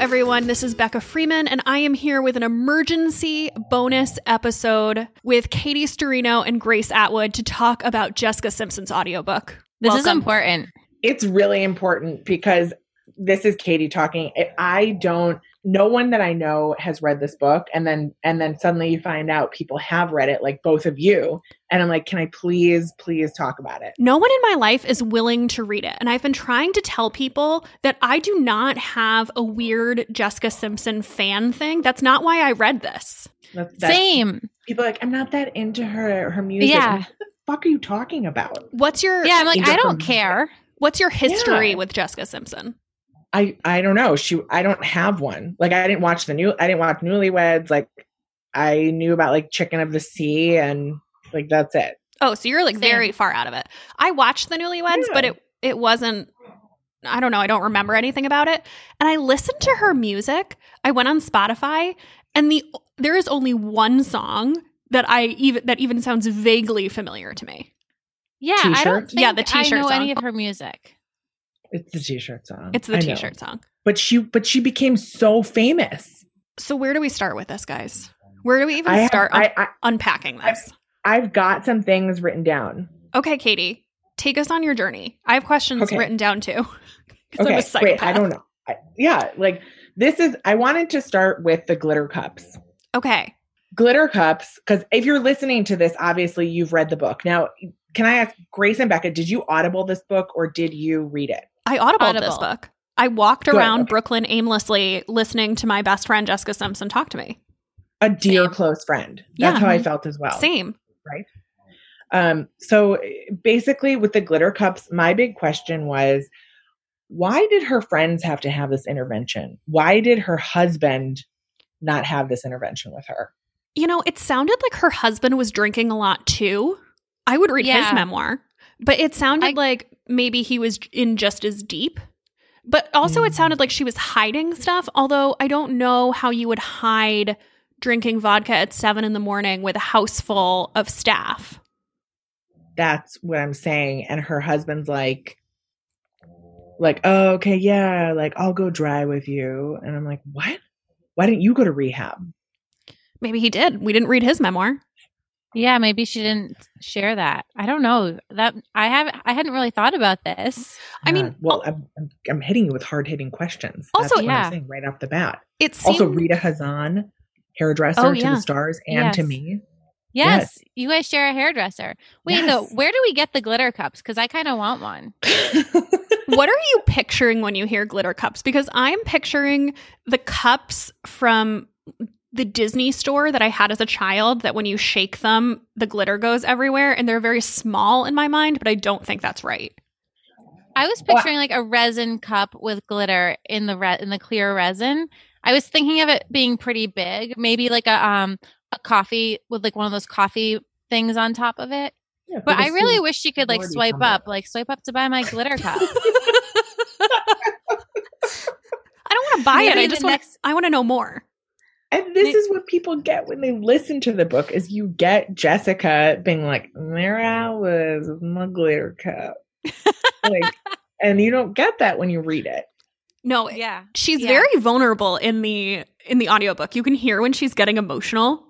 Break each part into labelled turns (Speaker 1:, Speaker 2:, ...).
Speaker 1: everyone. This is Becca Freeman, and I am here with an emergency bonus episode with Katie Storino and Grace Atwood to talk about Jessica Simpson's audiobook.
Speaker 2: This is
Speaker 1: Welcome.
Speaker 2: important.
Speaker 3: It's really important because this is Katie talking. I- I don't no one that I know has read this book and then and then suddenly you find out people have read it like both of you and I'm like can I please please talk about it.
Speaker 1: No one in my life is willing to read it. And I've been trying to tell people that I do not have a weird Jessica Simpson fan thing. That's not why I read this.
Speaker 3: That's, that's,
Speaker 2: Same.
Speaker 3: People are like I'm not that into her her music.
Speaker 2: Yeah.
Speaker 3: I'm like, What the fuck are you talking about?
Speaker 1: What's your
Speaker 2: Yeah, I'm like,
Speaker 3: These
Speaker 2: I
Speaker 3: are
Speaker 2: don't
Speaker 3: from-
Speaker 2: care.
Speaker 1: what's your history
Speaker 3: Yeah.
Speaker 1: with Jessica Simpson?
Speaker 3: I I don't know. She I don't have one. Like I didn't watch the new I didn't watch Newlyweds. Like I knew about like Chicken of the Sea and like that's it.
Speaker 1: Oh, so you're like
Speaker 2: Same.
Speaker 1: very far out of it. I watched the Newlyweds,
Speaker 3: Yeah.
Speaker 1: but it it wasn't. I don't know. I don't remember anything about it. And I listened to her music. I went on Spotify, and the there is only one song that I even that even sounds vaguely familiar to me.
Speaker 2: Yeah, I don't.
Speaker 3: T-shirts?
Speaker 2: Think
Speaker 1: Yeah, the
Speaker 2: I
Speaker 1: t-shirt
Speaker 2: know
Speaker 1: song.
Speaker 2: any of her music.
Speaker 3: It's the t-shirt song.
Speaker 1: It's
Speaker 3: I
Speaker 1: the
Speaker 3: know.
Speaker 1: T-shirt song.
Speaker 3: But she but she became so famous.
Speaker 1: So where do we start with this, guys? Where do we even
Speaker 3: I have-
Speaker 1: start un-
Speaker 3: I, I
Speaker 1: unpacking this?
Speaker 3: I've got some things written down.
Speaker 1: Okay, Katie, take us on your journey. I have questions
Speaker 3: Okay.
Speaker 1: written down too. 'Cause I'm a
Speaker 3: Okay,
Speaker 1: psychopath.
Speaker 3: great. I don't know. I, yeah, like this is. I wanted to start with the glitter cups.
Speaker 1: Okay.
Speaker 3: Glitter cups, because if you're listening to this, obviously you've read the book. Now, can I ask Grace and Becca? Did you audible this book or did you read it?
Speaker 1: I audible this
Speaker 2: Audible.
Speaker 1: book. I walked
Speaker 3: Good,
Speaker 1: around
Speaker 3: okay.
Speaker 1: Brooklyn aimlessly listening to my best friend Jessica Simpson talk to me.
Speaker 3: A dear
Speaker 2: Same.
Speaker 3: close friend. That's
Speaker 1: Yeah. mm-hmm.
Speaker 3: how I felt as well.
Speaker 1: Same.
Speaker 3: Um, so basically, with the glitter cups, my big question was why did her friends have to have this intervention? Why did her husband not have this intervention with her?
Speaker 1: You know, it sounded like her husband was drinking a lot too. I would read his
Speaker 2: Yeah.
Speaker 1: memoir, but it sounded
Speaker 2: I-
Speaker 1: like maybe he was in just as deep. But also, it
Speaker 3: Mm.
Speaker 1: sounded like she was hiding stuff, although I don't know how you would hide drinking vodka at seven in the morning with a house full of staff.
Speaker 3: That's what I'm saying. And her husband's like, like, oh, okay, yeah, like I'll go dry with you. And I'm like, what? Why didn't you go to rehab?
Speaker 1: Maybe he did. We didn't read his memoir.
Speaker 2: Yeah, maybe she didn't share that. I don't know that. I have. I hadn't really thought about this.
Speaker 1: I mean,
Speaker 3: Uh, well, I'm, I'm, I'm hitting you with hard hitting questions.
Speaker 1: Also-
Speaker 3: That's what
Speaker 2: Yeah.
Speaker 3: I'm saying right off the bat.
Speaker 1: It seemed
Speaker 3: also, Rita Hazan, hairdresser
Speaker 1: Oh,
Speaker 3: to
Speaker 1: yeah.
Speaker 3: the stars and to
Speaker 2: Yes.
Speaker 3: me.
Speaker 2: Yes, you guys share a hairdresser. Wait, though,
Speaker 3: Yes.
Speaker 2: where do we get the glitter cups? Because I kind of want one.
Speaker 1: what are you picturing when you hear glitter cups? Because I'm picturing the cups from the Disney store that I had as a child that when you shake them, the glitter goes everywhere and they're very small in my mind, but I don't think that's right.
Speaker 2: I was
Speaker 3: Well, I-
Speaker 2: picturing like a resin cup with glitter in the re- in the clear resin. I was thinking of it being pretty big, maybe like a um a coffee with like one of those coffee things on top of it.
Speaker 3: Yeah,
Speaker 2: But
Speaker 3: because
Speaker 2: I really
Speaker 3: she-
Speaker 2: wish she could like
Speaker 3: Lordy
Speaker 2: swipe
Speaker 3: from
Speaker 2: up, like swipe up to buy my glitter cup.
Speaker 1: I don't want to buy it.
Speaker 2: Maybe
Speaker 1: I
Speaker 2: the
Speaker 1: just want
Speaker 2: next-
Speaker 1: I want to know more.
Speaker 3: And this is what people get when they listen to the book: is you get Jessica being like, "There I was, with my glitter cup," like, and you don't get that when you read it.
Speaker 1: No,
Speaker 2: yeah.
Speaker 1: she's
Speaker 2: Yeah.
Speaker 1: very vulnerable in the in the audiobook. You can hear when she's getting emotional.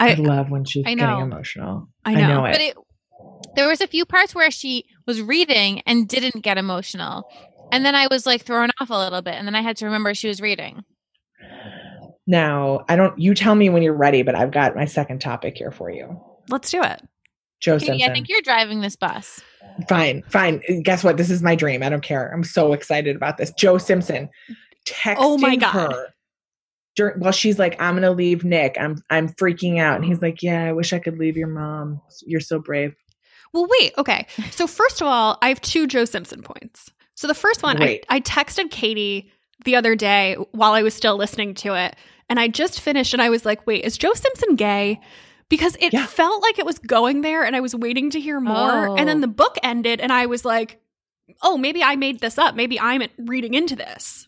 Speaker 3: I,
Speaker 1: I
Speaker 3: love when she's
Speaker 2: I know.
Speaker 3: getting emotional.
Speaker 1: Uh, I know.
Speaker 3: it.
Speaker 2: But it there was a few parts where she was reading and didn't get emotional. And then I was like thrown off a little bit and then I had to remember she was reading.
Speaker 3: now, I don't. You tell me when you're ready, but I've got my second topic here for you,
Speaker 1: Let's do it.
Speaker 3: Joe
Speaker 2: Katie,
Speaker 3: Simpson.
Speaker 2: I think you're driving this bus.
Speaker 3: Fine, fine. Guess what? This is my dream. I don't care. I'm so excited about this. Joe Simpson texting
Speaker 1: Oh my God.
Speaker 3: her during, while she's like, "I'm gonna leave Nick. I'm I'm freaking out," and he's like, "Yeah, I wish I could leave your mom. You're so brave."
Speaker 1: Well, wait. Okay. So, first of all, I have two Joe Simpson points. So, the first one, I,
Speaker 3: Great.
Speaker 1: I texted Katie the other day while I was still listening to it. And I just finished and I was like, wait, is Joe Simpson gay? Because it
Speaker 3: Yeah.
Speaker 1: felt like it was going there and I was waiting to hear more. And then
Speaker 2: Oh.
Speaker 1: the book ended and I was like, oh, maybe I made this up. Maybe I'm reading into this.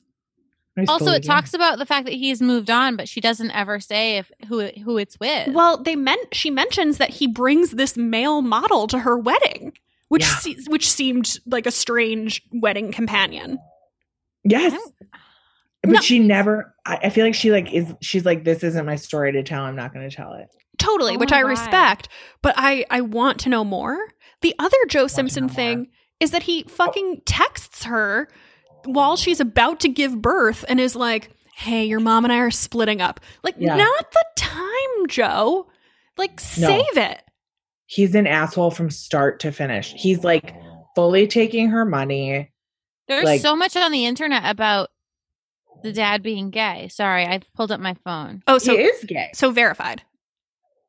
Speaker 3: I still
Speaker 2: Also,
Speaker 3: love
Speaker 2: it
Speaker 3: you.
Speaker 2: talks about the fact that he's moved on, but she doesn't ever say if who it- who it's with.
Speaker 1: Well, they meant she mentions that he brings this male model to her wedding, which
Speaker 3: Yeah.
Speaker 1: se- which seemed like a strange wedding companion.
Speaker 3: Yes, But
Speaker 1: Oh. No.
Speaker 3: she never. I, I feel like she like is. She's like, this isn't my story to tell. I'm not going to tell it.
Speaker 1: totally
Speaker 2: Oh
Speaker 1: which
Speaker 2: my
Speaker 1: i
Speaker 2: God.
Speaker 1: respect but i i want to know more the other joe
Speaker 3: to
Speaker 1: simpson
Speaker 3: know more.
Speaker 1: thing is that he fucking texts her while she's about to give birth and is like hey your mom and i are splitting up like
Speaker 3: Yeah.
Speaker 1: not the time joe like save it
Speaker 3: He's an asshole from start to finish. He's like fully taking her money.
Speaker 2: There's
Speaker 3: Like-
Speaker 2: so much on the internet about the dad being gay. Sorry, I pulled up my phone.
Speaker 1: oh so
Speaker 3: he is gay.
Speaker 1: so verified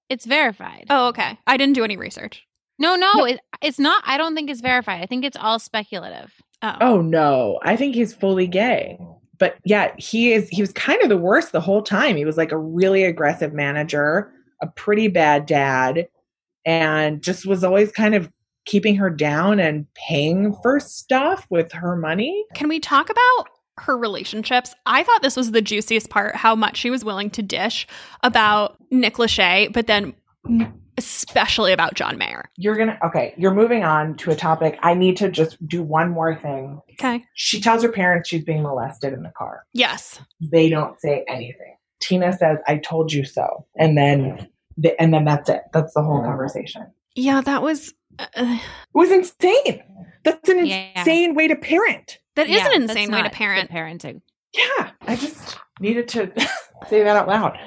Speaker 2: It's verified.
Speaker 1: oh okay i didn't do any research
Speaker 2: No, no, it, it's not. I don't think it's verified. I think it's all speculative.
Speaker 1: oh,
Speaker 3: Oh no, I think he's fully gay. But yeah, he is. He was kind of the worst the whole time. He was like a really aggressive manager, a pretty bad dad, and just was always kind of keeping her down and paying for stuff with her money.
Speaker 1: Can we talk about her relationships? I thought this was the juiciest part how much she was willing to dish about Nick Lachey, but then m- especially about John Mayer.
Speaker 3: You're gonna okay. You're moving on to a topic. I need to just do one more thing.
Speaker 1: Okay.
Speaker 3: She tells her parents she's being molested in the car.
Speaker 1: Yes.
Speaker 3: They don't say anything. Tina says, "I told you so," and then th- and then that's it. That's the whole conversation.
Speaker 1: Yeah, that was. Uh,
Speaker 3: It was insane. That's an
Speaker 2: Yeah.
Speaker 3: insane way to parent.
Speaker 1: that is
Speaker 2: Yeah,
Speaker 1: an
Speaker 2: that's
Speaker 1: insane way to
Speaker 2: not good
Speaker 1: parent.
Speaker 2: Parenting.
Speaker 3: Yeah, I just needed to say that out loud.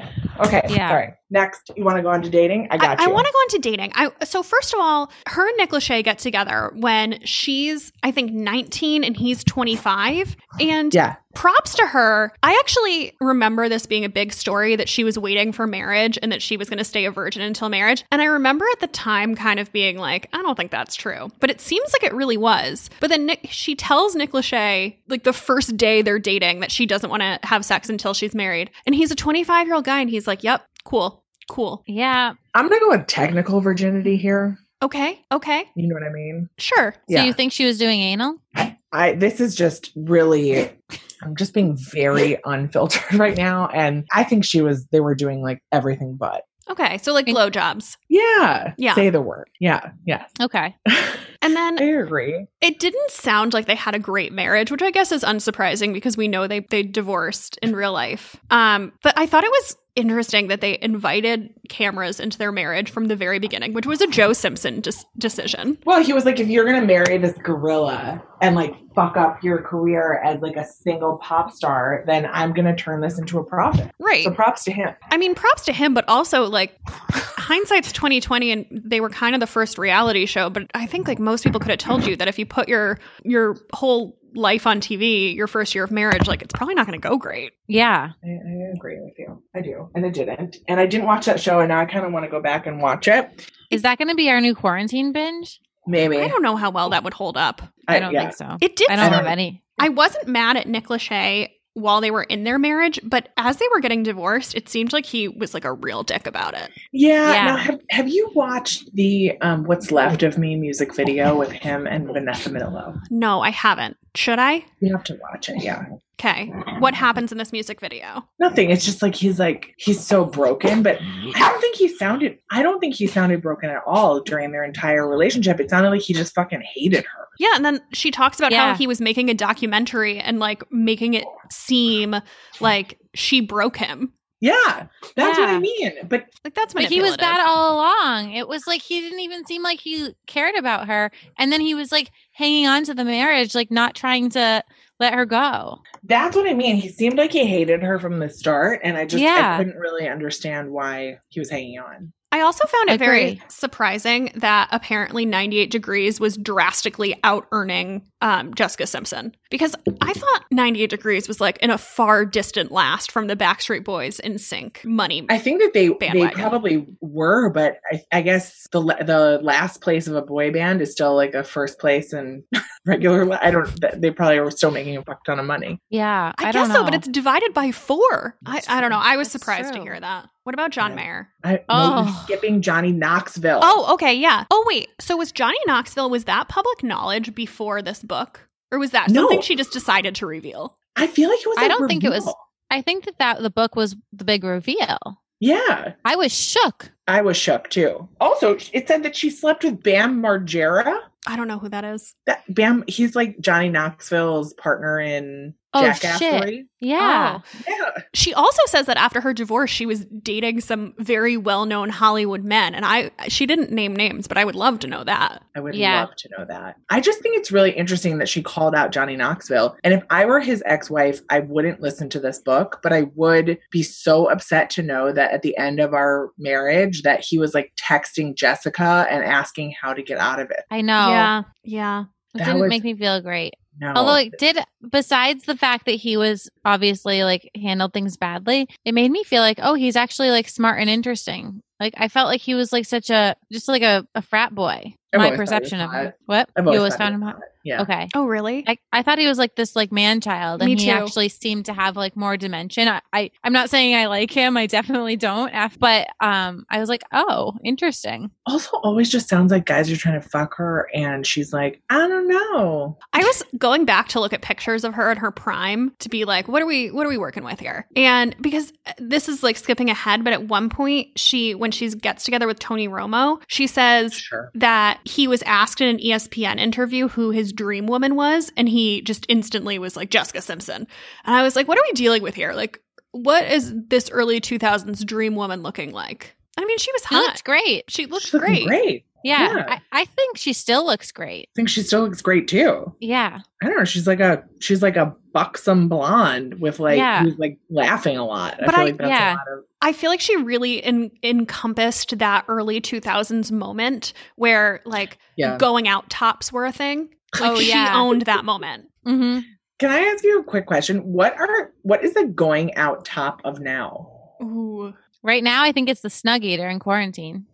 Speaker 3: Okay,
Speaker 2: Yeah.
Speaker 3: sorry. Next, you want to go on to dating? I got
Speaker 1: I,
Speaker 3: you.
Speaker 1: want to go into dating. I so first of all, her and Nick Lachey get together when she's I think 19 and he's 25, and
Speaker 3: Yeah,
Speaker 1: props to her. I actually remember this being a big story that she was waiting for marriage and that she was going to stay a virgin until marriage. And I remember at the time kind of being like, I don't think that's true. But it seems like it really was. But then Nick, she tells Nick Lachey, like the first day they're dating, that she doesn't want to have sex until she's married. And he's a 25 year old guy and he's like, yep, cool, cool.
Speaker 2: Yeah.
Speaker 3: I'm gonna go with technical virginity here.
Speaker 1: Okay, okay,
Speaker 3: You know what I mean?
Speaker 1: sure.
Speaker 2: So
Speaker 3: Yeah.
Speaker 2: you think she was doing anal?
Speaker 3: I this is just really I'm just being very unfiltered right now and I think she was they were doing like everything but.
Speaker 1: Okay, so like blowjobs.
Speaker 3: Yeah.
Speaker 1: Yeah.
Speaker 3: Say the word. Yeah. Yeah.
Speaker 2: Okay.
Speaker 3: I
Speaker 1: And then
Speaker 3: agree.
Speaker 1: It didn't sound like they had a great marriage, which I guess is unsurprising because we know they they divorced in real life. Um, but I thought it was interesting that they invited cameras into their marriage from the very beginning, which was a Joe Simpson dis- decision.
Speaker 3: Well, he was like, if you're gonna marry this gorilla and like fuck up your career as like a single pop star, then I'm gonna turn this into a profit.
Speaker 1: Right.
Speaker 3: So props to him.
Speaker 1: I mean, props to him, but also like hindsight's twenty twenty, and they were kind of the first reality show. But I think like most people could have told you that if you put your your whole life on TV, your first year of marriage, like it's probably not going to go great.
Speaker 2: Yeah.
Speaker 3: I, I agree with you. I do. And I didn't. And I didn't watch that show and now I kinda wanna go back and watch it.
Speaker 2: Is that going to be our new quarantine binge?
Speaker 3: Maybe.
Speaker 1: I don't know how well that would hold up.
Speaker 2: I don't
Speaker 3: yeah.
Speaker 2: think so.
Speaker 1: It did.
Speaker 2: I don't
Speaker 1: sound-
Speaker 2: have any.
Speaker 1: I wasn't mad at Nick Lachey while they were in their marriage, but as they were getting divorced, it seemed like he was like a real dick about it.
Speaker 3: Yeah.
Speaker 2: Yeah.
Speaker 3: Now, have, have you watched the um, "What's Left of Me" music video with him and Vanessa Middlow?
Speaker 1: No, I haven't. Should I?
Speaker 3: You have to watch it. Yeah.
Speaker 1: Okay. What happens in this music video?
Speaker 3: Nothing. It's just like he's like he's so broken, but I don't think he sounded. I don't think he sounded broken at all during their entire relationship. It sounded like he just fucking hated her.
Speaker 1: Yeah, and then she talks about how
Speaker 2: Yeah.
Speaker 1: he was making a documentary and like making it seem like she broke him.
Speaker 3: Yeah, that's what I
Speaker 2: Yeah.
Speaker 3: mean. But
Speaker 1: Like that's
Speaker 2: But he was
Speaker 1: manipulative.
Speaker 2: that all along. It was like he didn't even seem like he cared about her. And then he was like hanging on to the marriage, like not trying to let her go.
Speaker 3: that's what I mean. He seemed like he hated her from the start, and I just I
Speaker 2: Yeah.
Speaker 3: couldn't really understand why he was hanging on.
Speaker 1: I also found it very
Speaker 2: Agree.
Speaker 1: surprising that apparently 98 Degrees was drastically out earning um, Jessica Simpson because I thought 98 Degrees was like in a far distant last from the Backstreet Boys in sync money.
Speaker 3: I think that they they
Speaker 1: Bandwagon.
Speaker 3: probably were, but I, I guess the la- the last place of a boy band is still like a first place in regular. Li- I don't. th- They probably were still making a fuck ton of money.
Speaker 2: Yeah. I,
Speaker 1: I,
Speaker 2: don't
Speaker 1: guess
Speaker 2: know.
Speaker 1: so, but it's divided by four. I,
Speaker 3: That's
Speaker 1: I don't know. I was
Speaker 2: That's
Speaker 1: surprised to
Speaker 2: true.
Speaker 1: hear that. What about John
Speaker 3: Yeah.
Speaker 1: Mayer?
Speaker 3: I, oh,
Speaker 2: Oh.
Speaker 3: skipping Johnny Knoxville.
Speaker 1: Oh, okay, yeah. Oh, wait. So was Johnny Knoxville was that public knowledge before this book, or was that
Speaker 3: No.
Speaker 1: something she just decided to reveal?
Speaker 3: I feel like it was.
Speaker 2: I
Speaker 3: a
Speaker 2: don't think it was-
Speaker 3: reveal.
Speaker 2: I think that, that the book was the big reveal.
Speaker 3: Yeah,
Speaker 2: I was shook.
Speaker 3: I was shook too. Also, it said that she slept with Bam Margera.
Speaker 1: I don't know who that is.
Speaker 3: That Bam, he's like Johnny Knoxville's partner in
Speaker 2: Oh
Speaker 3: jackass
Speaker 2: shit!
Speaker 3: stories.
Speaker 2: Yeah.
Speaker 1: Oh.
Speaker 3: Yeah.
Speaker 1: She also says that after her divorce, she was dating some very well-known Hollywood men, and I she didn't name names, but I would love to know that.
Speaker 3: I would
Speaker 2: Yeah.
Speaker 3: love to know that. I just think it's really interesting that she called out Johnny Knoxville. And if I were his ex wife, I wouldn't listen to this book, but I would be so upset to know that at the end of our marriage that he was like texting Jessica and asking how to get out of it.
Speaker 2: I know.
Speaker 1: Yeah, yeah.
Speaker 2: It
Speaker 3: That
Speaker 2: didn't
Speaker 3: was-
Speaker 2: make me feel great.
Speaker 3: No.
Speaker 2: Although it did, besides the fact that he was obviously like handled things badly, it made me feel like, oh, he's actually like smart and interesting. Like I felt like he was like such a just like a, a frat boy.
Speaker 3: I've
Speaker 2: My
Speaker 3: always thought he
Speaker 2: perception
Speaker 3: was
Speaker 2: of
Speaker 3: hot.
Speaker 2: him. What
Speaker 3: I've
Speaker 2: you always
Speaker 3: thought
Speaker 2: found
Speaker 3: he
Speaker 2: him
Speaker 3: was
Speaker 2: hot?
Speaker 3: Yeah.
Speaker 2: Okay.
Speaker 1: Oh, really?
Speaker 2: I, I thought he was like this like man child and
Speaker 1: Me
Speaker 2: he
Speaker 1: too.
Speaker 2: actually seemed to have like more dimension. I, I I'm not saying I like him. I definitely don't. af- But um I was like, "Oh, interesting."
Speaker 3: Also always just sounds like guys are trying to fuck her and she's like, I don't know.
Speaker 1: I was going back to look at pictures of her in her prime to be like, what are we what are we working with here? And because this is like skipping ahead, but at one point she when she gets together with Tony Romo, she says
Speaker 3: Sure.
Speaker 1: that he was asked in an E ESPN interview who his dream woman was, and he just instantly was like Jessica Simpson. And I was like, what are we dealing with here? Like, what is this early 2000s dream woman looking like? I mean, she was
Speaker 2: He
Speaker 1: hot.
Speaker 2: looked great.
Speaker 1: She looked,
Speaker 3: She's
Speaker 1: great.
Speaker 3: looking great.
Speaker 2: Yeah.
Speaker 3: Yeah.
Speaker 2: I, I think she still looks great.
Speaker 3: I think she still looks great too.
Speaker 2: Yeah.
Speaker 3: I don't know. She's like a she's like a buxom blonde with like
Speaker 2: Yeah.
Speaker 3: who's like laughing a lot. I
Speaker 1: But
Speaker 3: feel
Speaker 1: I-
Speaker 3: like that's
Speaker 2: yeah.
Speaker 3: a lot of
Speaker 1: I feel like she really en- encompassed that early 2000s moment where like
Speaker 3: yeah.
Speaker 1: going out tops were a thing. Like
Speaker 2: Oh,
Speaker 1: she
Speaker 2: yeah.
Speaker 1: owned that moment.
Speaker 2: Mm-hmm.
Speaker 3: Can I ask you a quick question? What are what is the going out top of now?
Speaker 1: Ooh.
Speaker 2: Right now, I think it's the snug eater in quarantine.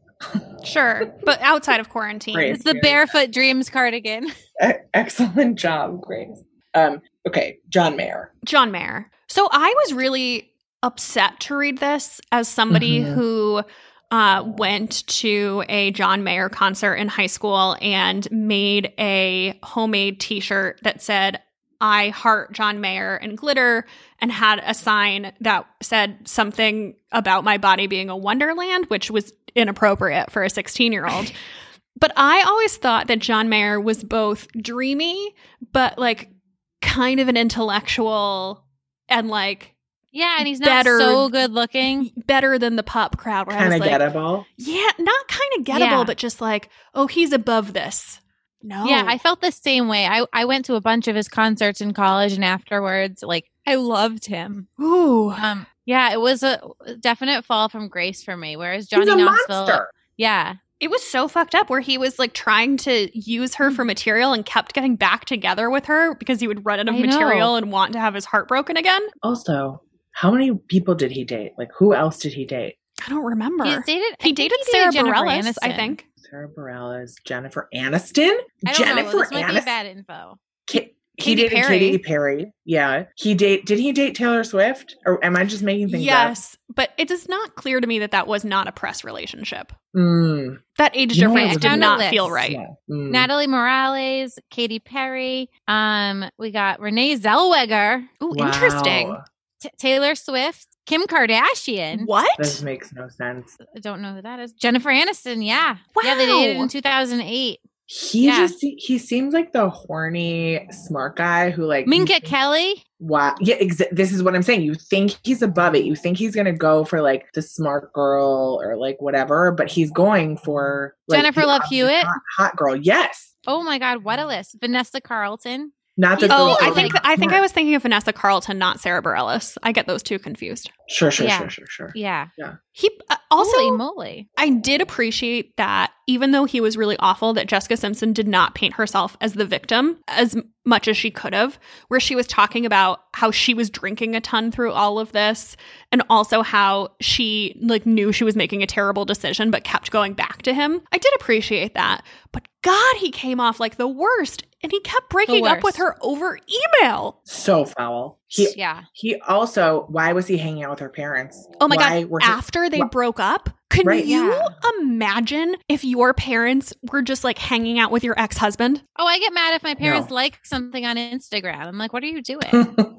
Speaker 1: Sure. But outside of quarantine.
Speaker 3: Right.
Speaker 2: It's the
Speaker 3: Yeah.
Speaker 2: barefoot dreams cardigan.
Speaker 3: E- excellent job, Grace. Um, okay, John Mayer.
Speaker 1: John Mayer. So I was really upset to read this as somebody
Speaker 3: Mhm.
Speaker 1: who uh, went to a John Mayer concert in high school and made a homemade t shirt that said, I heart John Mayer and glitter, and had a sign that said something about my body being a wonderland, which was inappropriate for a 16 year old. But I always thought that John Mayer was both dreamy, but like kind of an intellectual and like
Speaker 2: Yeah, and he's not
Speaker 1: Better-
Speaker 2: so good looking.
Speaker 1: better than the pop crowd. Where
Speaker 3: Kind
Speaker 1: I
Speaker 3: of
Speaker 1: was like,
Speaker 3: gettable.
Speaker 1: yeah, not kind of gettable,
Speaker 2: Yeah.
Speaker 1: but just like, oh, he's above this. No,
Speaker 2: Yeah, I felt the same way. I, I went to a bunch of his concerts in college and afterwards, like, I loved him.
Speaker 1: ooh,
Speaker 2: Um, yeah, it was a definite fall from grace for me. Whereas Johnny
Speaker 3: He's a
Speaker 2: Knoxville,
Speaker 3: monster.
Speaker 2: yeah,
Speaker 1: it was so fucked up where he was like trying to use her for material and kept getting back together with her because he would run out of
Speaker 2: I know.
Speaker 1: material and want to have his heart broken again.
Speaker 3: Also, how many people did he date? Like who else did he date?
Speaker 1: I don't remember.
Speaker 2: he's dated. I
Speaker 1: he
Speaker 2: think
Speaker 1: dated
Speaker 2: he
Speaker 1: Sarah
Speaker 2: Jennifer
Speaker 1: Bareilles, I
Speaker 2: Aniston.
Speaker 1: think.
Speaker 3: Sarah Bareilles, Jennifer Aniston,
Speaker 2: I don't
Speaker 3: Jennifer
Speaker 2: know. This might be
Speaker 3: Aniston.
Speaker 2: bad info.
Speaker 3: Ki- he
Speaker 1: Katy
Speaker 3: dated
Speaker 1: Perry.
Speaker 3: Katy Perry. Yeah, he date. Did he date Taylor Swift? Or am I just making things up?
Speaker 1: Yes, but it is not clear to me that that was not a press relationship.
Speaker 3: Mm,
Speaker 1: That age
Speaker 3: You know what
Speaker 1: difference
Speaker 3: was
Speaker 1: did
Speaker 2: a-
Speaker 1: not
Speaker 2: Found a
Speaker 1: feel
Speaker 2: list.
Speaker 1: right.
Speaker 3: yeah, mm.
Speaker 2: Natalie Morales, Katy Perry. Um, we got Renee Zellweger,
Speaker 1: Ooh,
Speaker 3: Wow.
Speaker 1: interesting.
Speaker 2: T- Taylor Swift, Kim Kardashian.
Speaker 3: This
Speaker 1: What?
Speaker 3: makes no sense.
Speaker 2: I don't know who that is. Jennifer Aniston. Yeah, yeah, they dated
Speaker 1: Wow.
Speaker 2: in 2008.
Speaker 3: He
Speaker 2: Yeah.
Speaker 3: just se- he seems like the horny smart guy who like
Speaker 1: Mm-hmm.
Speaker 2: Minka Kelly.
Speaker 3: Wow. Yeah, exa- this is what I'm saying. You think he's above it. You think he's going to go for like the smart girl or like whatever, but he's going for like,
Speaker 2: Jennifer
Speaker 3: the
Speaker 2: Love
Speaker 3: obvious
Speaker 2: Hewitt?
Speaker 3: Hot, hot girl. Yes.
Speaker 2: Oh my God, what a list! Vanessa Carlton.
Speaker 3: Not that
Speaker 1: Oh,
Speaker 3: those
Speaker 1: I
Speaker 3: girls
Speaker 1: think
Speaker 3: are not
Speaker 1: I think I
Speaker 3: smart.
Speaker 1: was thinking of Vanessa Carlton, not Sarah Bareilles. I get those two confused.
Speaker 3: Sure, sure,
Speaker 2: Yeah.
Speaker 3: sure, sure, sure.
Speaker 2: Yeah.
Speaker 1: He uh, also
Speaker 2: Holy moly.
Speaker 1: I did appreciate that even though he was really awful that Jessica Simpson did not paint herself as the victim as m- much as she could have where she was talking about how she was drinking a ton through all of this and also how she like knew she was making a terrible decision but kept going back to him. I did appreciate that. But god, he came off like the worst and he kept breaking up with
Speaker 2: worst.
Speaker 1: her over email.
Speaker 3: So foul. He
Speaker 2: yeah.
Speaker 3: he also why was he hanging out with her parents?
Speaker 1: Oh my
Speaker 3: why
Speaker 1: god!
Speaker 3: were he-
Speaker 1: After they
Speaker 3: wha-
Speaker 1: broke up, can
Speaker 3: Right.
Speaker 1: you
Speaker 2: Yeah.
Speaker 1: imagine if your parents were just like hanging out with your ex husband?
Speaker 2: Oh, I get mad if my parents
Speaker 3: No.
Speaker 2: like something on Instagram. I'm like, what are you doing?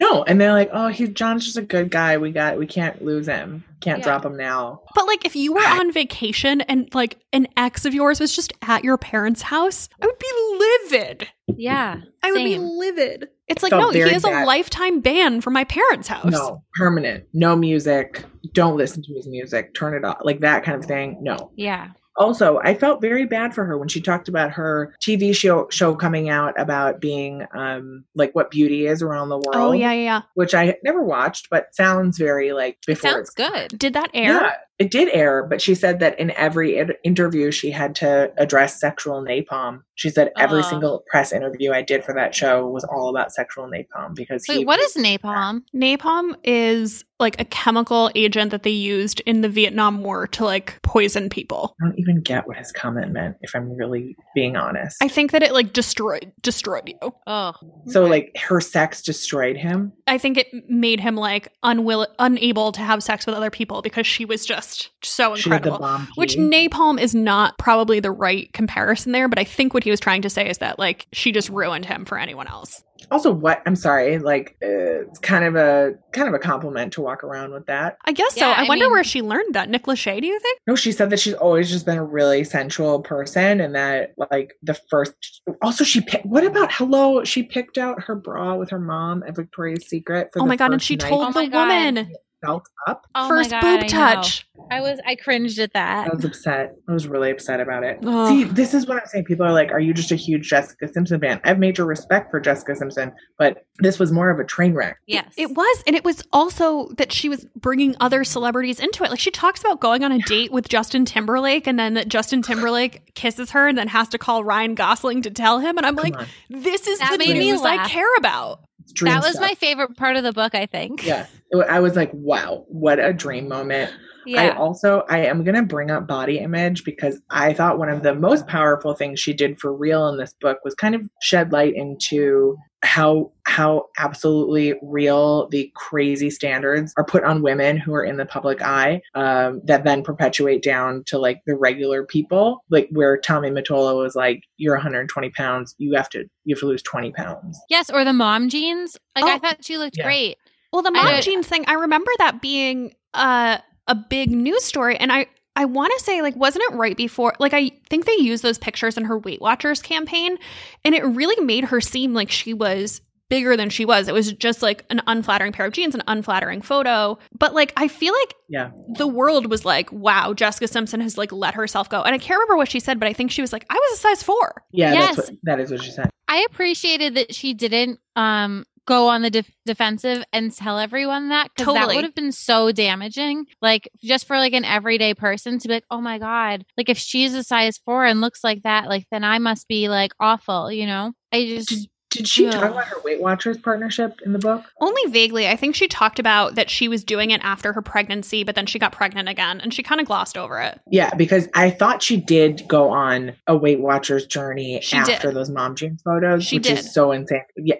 Speaker 3: No, and they're like, oh, he John's just a good guy. We got, we can't lose him. Can't
Speaker 2: Yeah.
Speaker 3: drop him now.
Speaker 1: But like if you were on vacation and like an ex of yours was just at your parents' house, I would be livid.
Speaker 2: Yeah.
Speaker 1: I would be
Speaker 2: Same.
Speaker 1: livid. It's like,
Speaker 3: Felt
Speaker 1: no, he
Speaker 3: very
Speaker 1: has a
Speaker 3: bad.
Speaker 1: lifetime ban from my parents'
Speaker 2: Oh,
Speaker 1: house.
Speaker 3: No, permanent. No music. Don't listen to his music. Turn it off. Like that kind of thing. No.
Speaker 2: Yeah.
Speaker 3: Also, I felt very bad for her when she talked about her TV show show coming out about being um like what beauty is around the world.
Speaker 1: Oh yeah, yeah, yeah.
Speaker 3: Which I never watched, but sounds very like before
Speaker 2: Sounds
Speaker 3: it's-
Speaker 2: good.
Speaker 1: Did that air?
Speaker 3: Yeah, it did air, but she said that in every in- interview she had to address sexual napalm. She said every
Speaker 2: Oh.
Speaker 3: single press interview I did for that show was all about sexual napalm because he
Speaker 2: Wait, what is napalm?
Speaker 1: Napalm is like a chemical agent that they used in the Vietnam War to like poison people.
Speaker 3: I don't even get what his comment meant, if I'm really being honest.
Speaker 1: I think that it like destroyed destroyed you.
Speaker 2: Oh.
Speaker 3: so,
Speaker 2: okay.
Speaker 3: like, her sex destroyed him.
Speaker 1: I think it made him like unwill unable to have sex with other people because she was just so
Speaker 3: She was the
Speaker 1: incredible.
Speaker 3: bomb.
Speaker 1: Which
Speaker 3: P.
Speaker 1: napalm is not probably the right comparison there, but I think what he was trying to say is that like she just ruined him for anyone else.
Speaker 3: also, what? I'm sorry. Like, uh, it's kind of a kind of a compliment to walk around with that.
Speaker 1: I guess so.
Speaker 2: Yeah,
Speaker 1: I,
Speaker 2: I
Speaker 1: wonder
Speaker 2: mean-
Speaker 1: where she learned that. Nick Lachey, do you think?
Speaker 3: No, she said that she's always just been a really sensual person, and that like the first. Also, she picked. What about hello? She picked out her bra with her mom at Victoria's Secret. For
Speaker 1: Oh
Speaker 3: the
Speaker 1: my god! And
Speaker 3: first
Speaker 1: she
Speaker 3: night
Speaker 1: told
Speaker 2: Oh
Speaker 1: the
Speaker 2: my God.
Speaker 1: woman
Speaker 3: felt up.
Speaker 2: Oh my
Speaker 1: first
Speaker 2: God, I
Speaker 1: boob
Speaker 2: know.
Speaker 1: touch.
Speaker 2: I was I cringed at
Speaker 3: I
Speaker 2: that.
Speaker 3: was upset. I was really upset about it.
Speaker 1: Ugh.
Speaker 3: See, this is what I'm saying. People are like, "Are you just a huge Jessica Simpson fan?" I have major respect for Jessica Simpson, but this was more of a train wreck.
Speaker 2: Yes.
Speaker 1: It was, and it was also that she was bringing other celebrities into it. Like she talks about going on a date with Justin Timberlake, and then that Justin Timberlake kisses her, and then has to call Ryan Gosling to tell him. And I'm
Speaker 3: Come
Speaker 1: like,
Speaker 3: on.
Speaker 1: this is
Speaker 2: That
Speaker 1: the
Speaker 2: made me
Speaker 1: news I
Speaker 2: laugh.
Speaker 1: care about.
Speaker 3: It's dream
Speaker 2: that was
Speaker 3: stuff.
Speaker 2: my favorite part of the book, I think.
Speaker 3: yeah. I was like, "Wow, what a dream moment!" I
Speaker 2: Yeah.
Speaker 3: also I am gonna bring up body image because I thought one of the most powerful things she did for real in this book was kind of shed light into how how absolutely real the crazy standards are put on women who are in the public eye um, that then perpetuate down to like the regular people like where Tommy Mottola was like you're 120 pounds you have to you have to lose 20 pounds
Speaker 2: Yes, or the mom jeans. Like
Speaker 1: Oh.
Speaker 2: I thought she looked
Speaker 3: Yeah.
Speaker 2: great.
Speaker 1: Well, the
Speaker 2: I
Speaker 1: mom
Speaker 2: don't-
Speaker 1: jeans thing, I remember that being uh, a big news story, and I I want to say like wasn't it right before? Like I think they used those pictures in her Weight Watchers campaign, and it really made her seem like she was bigger than she was. It was just like an unflattering pair of jeans, an unflattering photo. But like I feel like
Speaker 3: Yeah.
Speaker 1: the world was like, wow, Jessica Simpson has like let herself go. And I can't remember what she said, but I think she was like, I was a size four.
Speaker 3: yeah
Speaker 2: Yes.
Speaker 3: that's what, that is what she said
Speaker 2: I appreciated that she didn't um go on the def defensive and tell everyone that because that
Speaker 1: Totally.
Speaker 2: would have been so damaging. Like just for like an everyday person to be like, oh my god, like if she's a size four and looks like that, like then I must be like awful, you know? I just
Speaker 3: did she
Speaker 2: Yeah.
Speaker 3: talk about her Weight Watchers partnership in the book
Speaker 1: Only vaguely. I think she talked about that she was doing it after her pregnancy, but then she got pregnant again and she kind of glossed over it.
Speaker 3: Yeah, because I thought she did go on a Weight Watchers journey
Speaker 1: She did.
Speaker 3: after those mom jeans photos,
Speaker 1: She
Speaker 3: which
Speaker 1: did.
Speaker 3: is so insane. Yeah,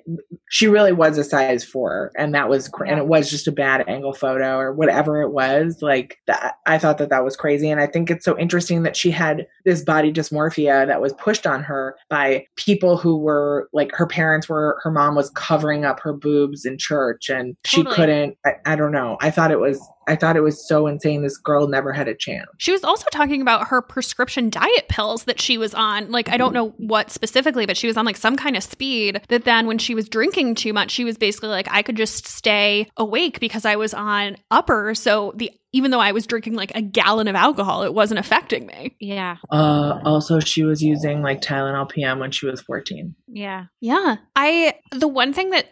Speaker 3: she really was a size four, and that was cr- and it was just a bad angle photo or whatever it was. Like that, I thought that that was crazy, and I think it's so interesting that she had this body dysmorphia that was pushed on her by people who were like her parents were her mom was covering up her boobs in church, and
Speaker 1: Totally.
Speaker 3: she couldn't. I, I don't know. I thought it was. I thought it was so insane. This girl never had a chance.
Speaker 1: She was also talking about her prescription diet pills that she was on. Like, I don't know what specifically, but she was on like some kind of speed that then when she was drinking too much, she was basically like, I could just stay awake because I was on upper. So the even though I was drinking like a gallon of alcohol, it wasn't affecting me.
Speaker 2: yeah,
Speaker 3: Uh, also, she was using like Tylenol PM when she was 14.
Speaker 2: yeah.
Speaker 1: Yeah. I, the one thing that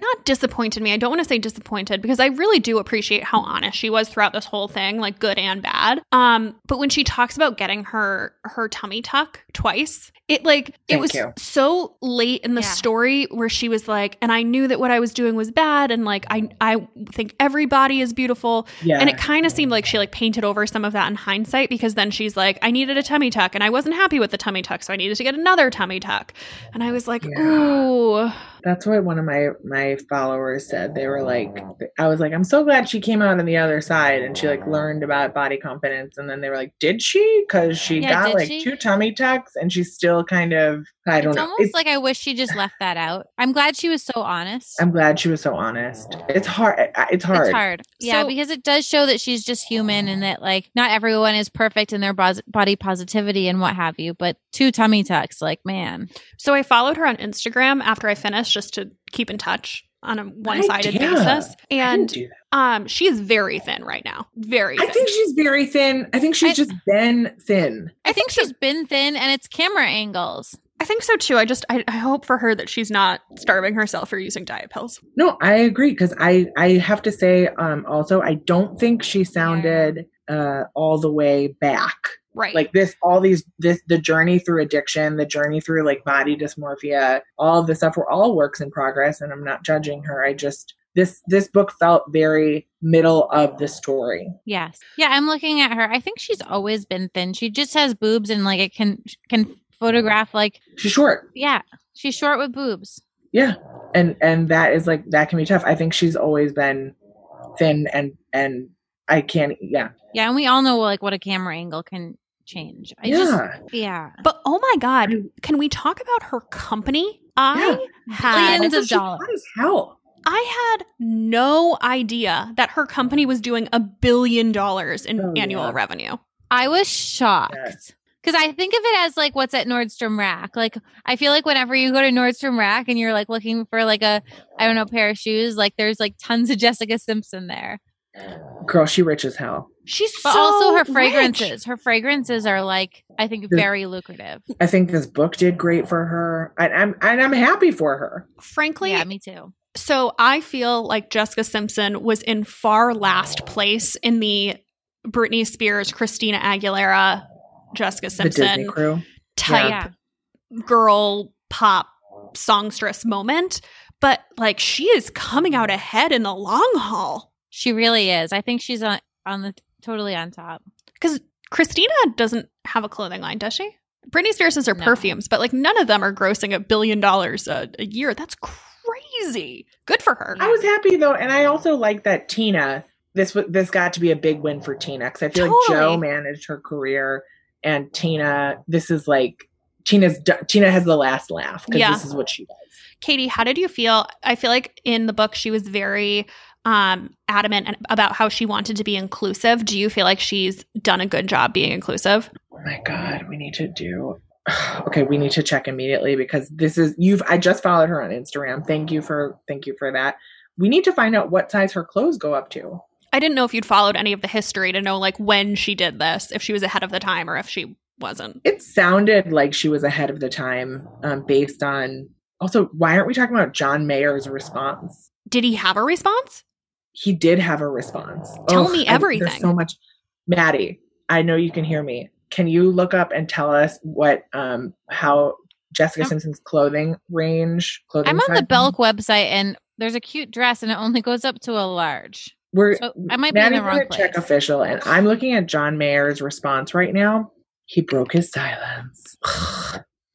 Speaker 1: not disappointed me, I don't want to say disappointed because I really do appreciate how honest she was throughout this whole thing, like good and bad. Um, but when she talks about getting her, her tummy tuck twice, it like, it
Speaker 3: Thank
Speaker 1: was
Speaker 3: you.
Speaker 1: so late in the
Speaker 2: Yeah.
Speaker 1: story where she was like, and I knew that what I was doing was bad. And like, I, I think everybody is beautiful.
Speaker 3: Yeah.
Speaker 1: And it kind of seemed like she like painted over some of that in hindsight because then she's like, I needed a tummy tuck and I wasn't happy with the tummy tuck, so I needed to get another tummy tuck. And I was like,
Speaker 3: Yeah.
Speaker 1: ooh,
Speaker 3: That's what one of my my followers said. They were like, I was like, I'm so glad she came out on the other side and she like learned about body confidence. And then they were like, did she? Because she
Speaker 2: Yeah,
Speaker 3: got
Speaker 2: did
Speaker 3: like
Speaker 2: she?
Speaker 3: two tummy tucks and she's still kind of I don't
Speaker 2: it's
Speaker 3: know.
Speaker 2: almost
Speaker 3: It's-
Speaker 2: like I wish she just left that out. I'm glad she was so honest.
Speaker 3: I'm glad she was so honest. It's hard. I- It's hard.
Speaker 2: It's hard. Yeah,
Speaker 1: So-
Speaker 2: because it does show that she's just human and that like not everyone is perfect in their bos- body positivity and what have you, but two tummy tucks, like man.
Speaker 1: So I followed her on Instagram after I finished just to keep in touch on a one-sided
Speaker 3: Idea.
Speaker 1: basis.
Speaker 3: I didn't
Speaker 1: And
Speaker 3: do
Speaker 1: um she is very thin right now. Very
Speaker 3: that. I
Speaker 1: thin.
Speaker 3: think she's very thin. I think she's
Speaker 2: I-
Speaker 3: just been thin.
Speaker 2: I, think, she's been thin and it's camera angles.
Speaker 1: I think so too. I just I, I hope for her that she's not starving herself or using diet pills.
Speaker 3: No, I agree because I I have to say um also I don't think she sounded uh all the way back
Speaker 1: Right.
Speaker 3: like this all these this the journey through addiction the journey through like body dysmorphia all of this stuff we're all works in progress and I'm not judging her I just this this book felt very middle of the story
Speaker 2: Yes. Yeah, I'm looking at her. I think she's always been thin. She just has boobs and like it can can photograph like
Speaker 3: she's short
Speaker 2: yeah, she's short with boobs.
Speaker 3: yeah and and that is like that can be tough I think she's always been thin and and I can't yeah
Speaker 2: Yeah, and we all know like what a camera angle can change. I
Speaker 3: yeah
Speaker 2: just yeah.
Speaker 1: but oh my god, can we talk about her company? I had
Speaker 2: Billions
Speaker 3: Also,
Speaker 2: of
Speaker 3: she's
Speaker 2: dollars.
Speaker 3: hot as hell.
Speaker 1: I had no idea that her company was doing a billion dollars in
Speaker 3: Oh,
Speaker 1: annual
Speaker 3: yeah.
Speaker 1: revenue.
Speaker 2: I was shocked
Speaker 3: Yeah.
Speaker 2: because I think of it as like what's at Nordstrom Rack. Like I feel like whenever you go to Nordstrom Rack and you're like looking for like a I don't know pair of shoes, like there's like tons of Jessica Simpson there.
Speaker 3: girl she rich as hell
Speaker 1: She's
Speaker 2: But
Speaker 1: so
Speaker 2: also her
Speaker 1: rich.
Speaker 2: fragrances. Her fragrances are like I think
Speaker 3: The-
Speaker 2: very lucrative.
Speaker 3: i think this book did great for her and i'm and i'm happy for her
Speaker 1: Frankly,
Speaker 2: Yeah, me too.
Speaker 1: So I feel like Jessica Simpson was in far last place in the Britney Spears, Christina Aguilera, Jessica
Speaker 3: the disney
Speaker 1: Simpson
Speaker 3: crew
Speaker 1: type
Speaker 2: Yeah.
Speaker 1: girl pop songstress moment. But like she is coming out ahead in the long haul.
Speaker 2: She really is. I think she's on on the totally on top.
Speaker 1: Christina doesn't have a clothing line, does she? Britney Spears has her
Speaker 2: No.
Speaker 1: perfumes, but like none of them are grossing a billion dollars a, a year. That's crazy. Good for her.
Speaker 3: i was happy though and i also like that tina this wa- this got to be a big win for tina because i feel like joe
Speaker 1: Totally.
Speaker 3: managed her career and tina this is like tina's do- tina has the last laugh because
Speaker 1: Yeah.
Speaker 3: this is what she does
Speaker 1: Katie, how did you feel? I feel like in the book she was very um, adamant and- about how she wanted to be inclusive. Do you feel like she's done a good job being inclusive?
Speaker 3: oh my god we need to do okay we need to check immediately because this is you've i just followed her on instagram thank you for thank you for that we need to find out what size her clothes go up to
Speaker 1: I didn't know if you'd followed any of the history to know like when she did this, if she was ahead of the time or if she wasn't.
Speaker 3: it sounded like she was ahead of the time um, based on also why aren't we talking about john mayer's response
Speaker 1: Did he have a response?
Speaker 3: he did have a response
Speaker 1: Tell
Speaker 3: Ugh,
Speaker 1: me
Speaker 3: I-
Speaker 1: everything.
Speaker 3: there's so much maddie i know you can hear me can you look up and tell us what um how jessica
Speaker 2: I'm-
Speaker 3: simpson's clothing range clothing
Speaker 2: I'm on the
Speaker 3: size-
Speaker 2: Belk website and there's a cute dress and it only goes up to a large.
Speaker 3: we're
Speaker 2: So I might be in
Speaker 3: Maddie's
Speaker 2: the wrong
Speaker 3: gonna check
Speaker 2: place.
Speaker 3: official and i'm looking at john mayer's response right now he broke his silence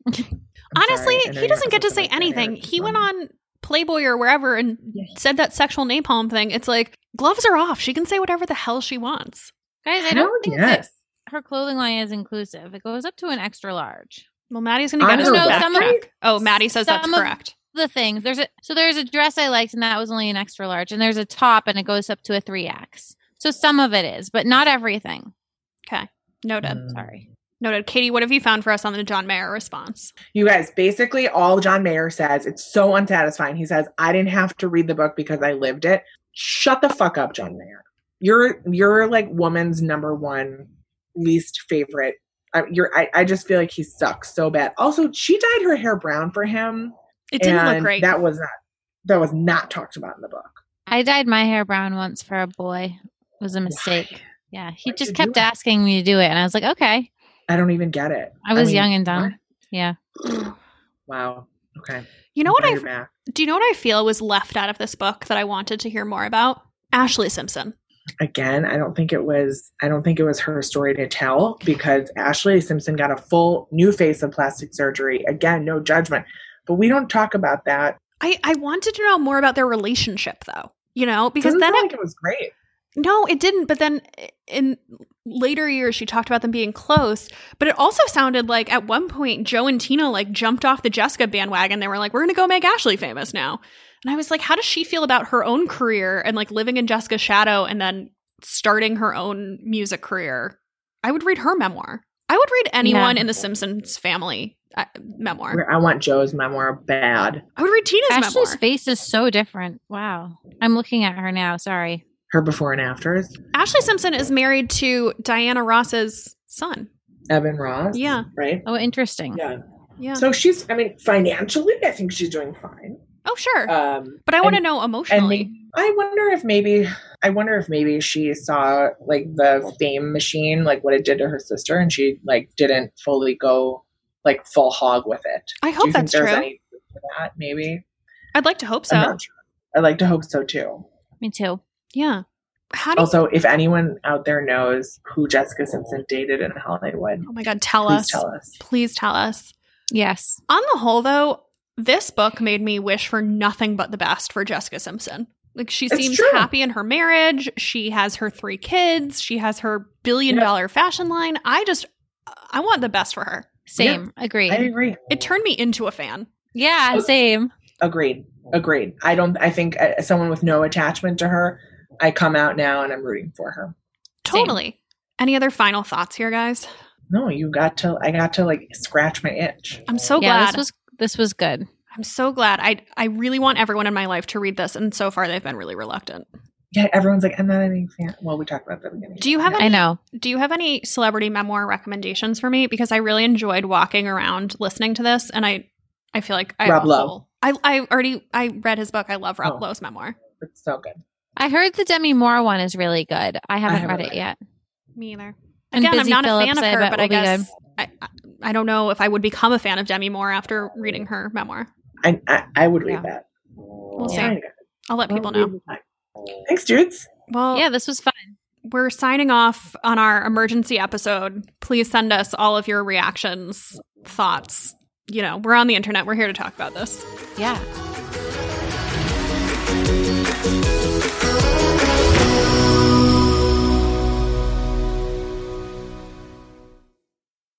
Speaker 3: I'm sorry,
Speaker 1: Honestly,
Speaker 3: I know
Speaker 1: he
Speaker 3: you're
Speaker 1: doesn't
Speaker 3: not
Speaker 1: get to
Speaker 3: supposed
Speaker 1: say
Speaker 3: look at Mayer's
Speaker 1: anything. He went
Speaker 3: response.
Speaker 1: on Playboy or wherever and
Speaker 3: Yeah.
Speaker 1: said that sexual napalm thing. It's like gloves are off. She can say whatever the hell she wants.
Speaker 2: Guys, I
Speaker 3: Hell
Speaker 2: don't think that
Speaker 3: yes.
Speaker 2: her clothing line is inclusive. It goes up to an extra large.
Speaker 1: Well, Maddie's going to get
Speaker 3: I
Speaker 1: us
Speaker 3: don't
Speaker 1: to
Speaker 3: know,
Speaker 2: some of-
Speaker 1: backtrack. Oh, Maddie says that's
Speaker 2: some of-
Speaker 1: correct.
Speaker 2: The things there's a so there's a dress I liked and that was only an extra large, and there's a top and it goes up to a three X. So some of it is, but not everything.
Speaker 1: Noted.
Speaker 3: Mm.
Speaker 2: Sorry.
Speaker 1: Noted. Katie, what have you found for us on the John Mayer response?
Speaker 3: You guys, basically all John Mayer says, it's so unsatisfying. He says, I didn't have to read the book because I lived it. Shut the fuck up, John Mayer. You're you're like woman's number one least favorite. I, you're I, I just feel like he sucks so bad. Also, she dyed her hair brown for him.
Speaker 1: It didn't look
Speaker 3: and
Speaker 1: great.
Speaker 3: That was not that was not talked about in the book.
Speaker 2: I dyed my hair brown once for a boy. It was a mistake. Yeah. He
Speaker 3: Why'd
Speaker 2: just
Speaker 3: you
Speaker 2: kept
Speaker 3: do it?
Speaker 2: asking me to do it and I was like, Okay.
Speaker 3: I don't even get it.
Speaker 2: I was
Speaker 3: mean,
Speaker 2: young and
Speaker 3: what?
Speaker 2: dumb. Yeah.
Speaker 3: Wow. Okay.
Speaker 1: you know what
Speaker 3: Glad
Speaker 1: I
Speaker 3: you're back.
Speaker 1: do you know what I feel was left out of this book that I wanted to hear more about? Ashley Simpson.
Speaker 3: again i don't think it was i don't think it was her story to tell because ashley simpson got a full new face of plastic surgery again no judgment but we don't talk about that
Speaker 1: I I wanted to know more about their relationship though. You know, because
Speaker 3: Doesn't
Speaker 1: then
Speaker 3: sound
Speaker 1: it,
Speaker 3: like it was great.
Speaker 1: no, it didn't. But then in later years, she talked about them being close. But it also sounded like at one point, Joe and Tina like jumped off the Jessica bandwagon. They were like, "We're gonna go make Ashley famous now." And I was like, "How does she feel about her own career and like living in Jessica's shadow and then starting her own music career?" I would read her memoir. I would read anyone in the Simpsons family uh, memoir.
Speaker 3: I want Joe's memoir bad.
Speaker 1: I would read Tina's
Speaker 2: Ashley's
Speaker 1: memoir.
Speaker 2: face is so different. Wow. I'm looking at her now. Sorry.
Speaker 3: Her before and afters.
Speaker 1: Ashley Simpson is married to Diana Ross's son.
Speaker 3: Evan Ross.
Speaker 1: Yeah,
Speaker 3: Right.
Speaker 2: Oh, interesting.
Speaker 3: Yeah.
Speaker 1: yeah.
Speaker 3: So she's. I mean, financially, I think she's doing fine.
Speaker 1: oh, sure.
Speaker 3: Um,
Speaker 1: but I want to
Speaker 3: and-
Speaker 1: know
Speaker 3: and
Speaker 1: emotionally.
Speaker 3: may- I wonder if maybe. I wonder if maybe she saw like the fame machine, like what it did to her sister, and she like didn't fully go like full hog with it.
Speaker 1: I
Speaker 3: Do
Speaker 1: hope
Speaker 3: you
Speaker 1: that's
Speaker 3: think
Speaker 1: true.
Speaker 3: there's any Uh-huh. truth to that? Maybe.
Speaker 1: I'd like to hope
Speaker 3: I'm
Speaker 1: so.
Speaker 3: not sure. I like to hope so too.
Speaker 2: Me too.
Speaker 1: Yeah. How do?
Speaker 3: Also, if anyone out there knows who Jessica Simpson dated in Hollywood,
Speaker 1: oh my God! Tell
Speaker 3: please
Speaker 1: us.
Speaker 3: tell us.
Speaker 1: Please tell us.
Speaker 2: Yes.
Speaker 1: On the whole, though, this book made me wish for nothing but the best for Jessica Simpson. Like she
Speaker 3: It's
Speaker 1: seems
Speaker 3: true.
Speaker 1: happy in her marriage. She has her three kids. She has her billion
Speaker 3: Yep.
Speaker 1: dollar fashion line. I just, I want the best for her.
Speaker 2: Same. Agreed.
Speaker 3: I Oh. agree.
Speaker 1: It turned me into a fan.
Speaker 2: yeah, same.
Speaker 3: Agreed. Agreed. I don't. I think uh, someone with no attachment to her, I come out now and I'm rooting for her.
Speaker 2: Same.
Speaker 1: Totally. Any other final thoughts here, guys?
Speaker 3: No, you got to. I got to like scratch my itch.
Speaker 1: I'm so
Speaker 2: yeah,
Speaker 1: glad.
Speaker 2: this was this was good.
Speaker 1: I'm so glad. I I really want everyone in my life to read this, and so far they've been really reluctant.
Speaker 3: Yeah, everyone's like, I'm not a big fan. Well, we talked about that at the beginning.
Speaker 1: Do you have
Speaker 2: I know.
Speaker 1: Do you have any celebrity memoir recommendations for me? Because I really enjoyed walking around listening to this, and I I feel like I have
Speaker 3: Rob
Speaker 1: a
Speaker 3: Lowe.
Speaker 1: whole- I I already I read his book. I love Rob
Speaker 3: Oh.
Speaker 1: Lowe's memoir.
Speaker 3: It's so good.
Speaker 2: I heard the Demi Moore one is really good. I haven't,
Speaker 3: haven't
Speaker 2: read,
Speaker 3: read
Speaker 2: it
Speaker 3: it.
Speaker 2: yet.
Speaker 1: Me either.
Speaker 2: And
Speaker 1: Again, I'm
Speaker 2: Busy
Speaker 1: not
Speaker 2: Phillips,
Speaker 1: a fan of her,
Speaker 2: bet,
Speaker 1: but
Speaker 2: will
Speaker 1: I
Speaker 2: be good.
Speaker 1: guess I, I I don't know if I would become a fan of Demi Moore after reading her memoir.
Speaker 3: I I, I would read
Speaker 2: Yeah.
Speaker 3: that.
Speaker 1: We'll
Speaker 2: see.
Speaker 3: Sorry, guys.
Speaker 1: I'll let people
Speaker 3: We'll
Speaker 1: know.
Speaker 3: read it. Thanks, dudes.
Speaker 1: Well,
Speaker 2: Yeah, this was fun.
Speaker 1: we're signing off on our emergency episode. Please send us all of your reactions, thoughts. You know, we're on the internet. We're here to talk about this.
Speaker 2: Yeah.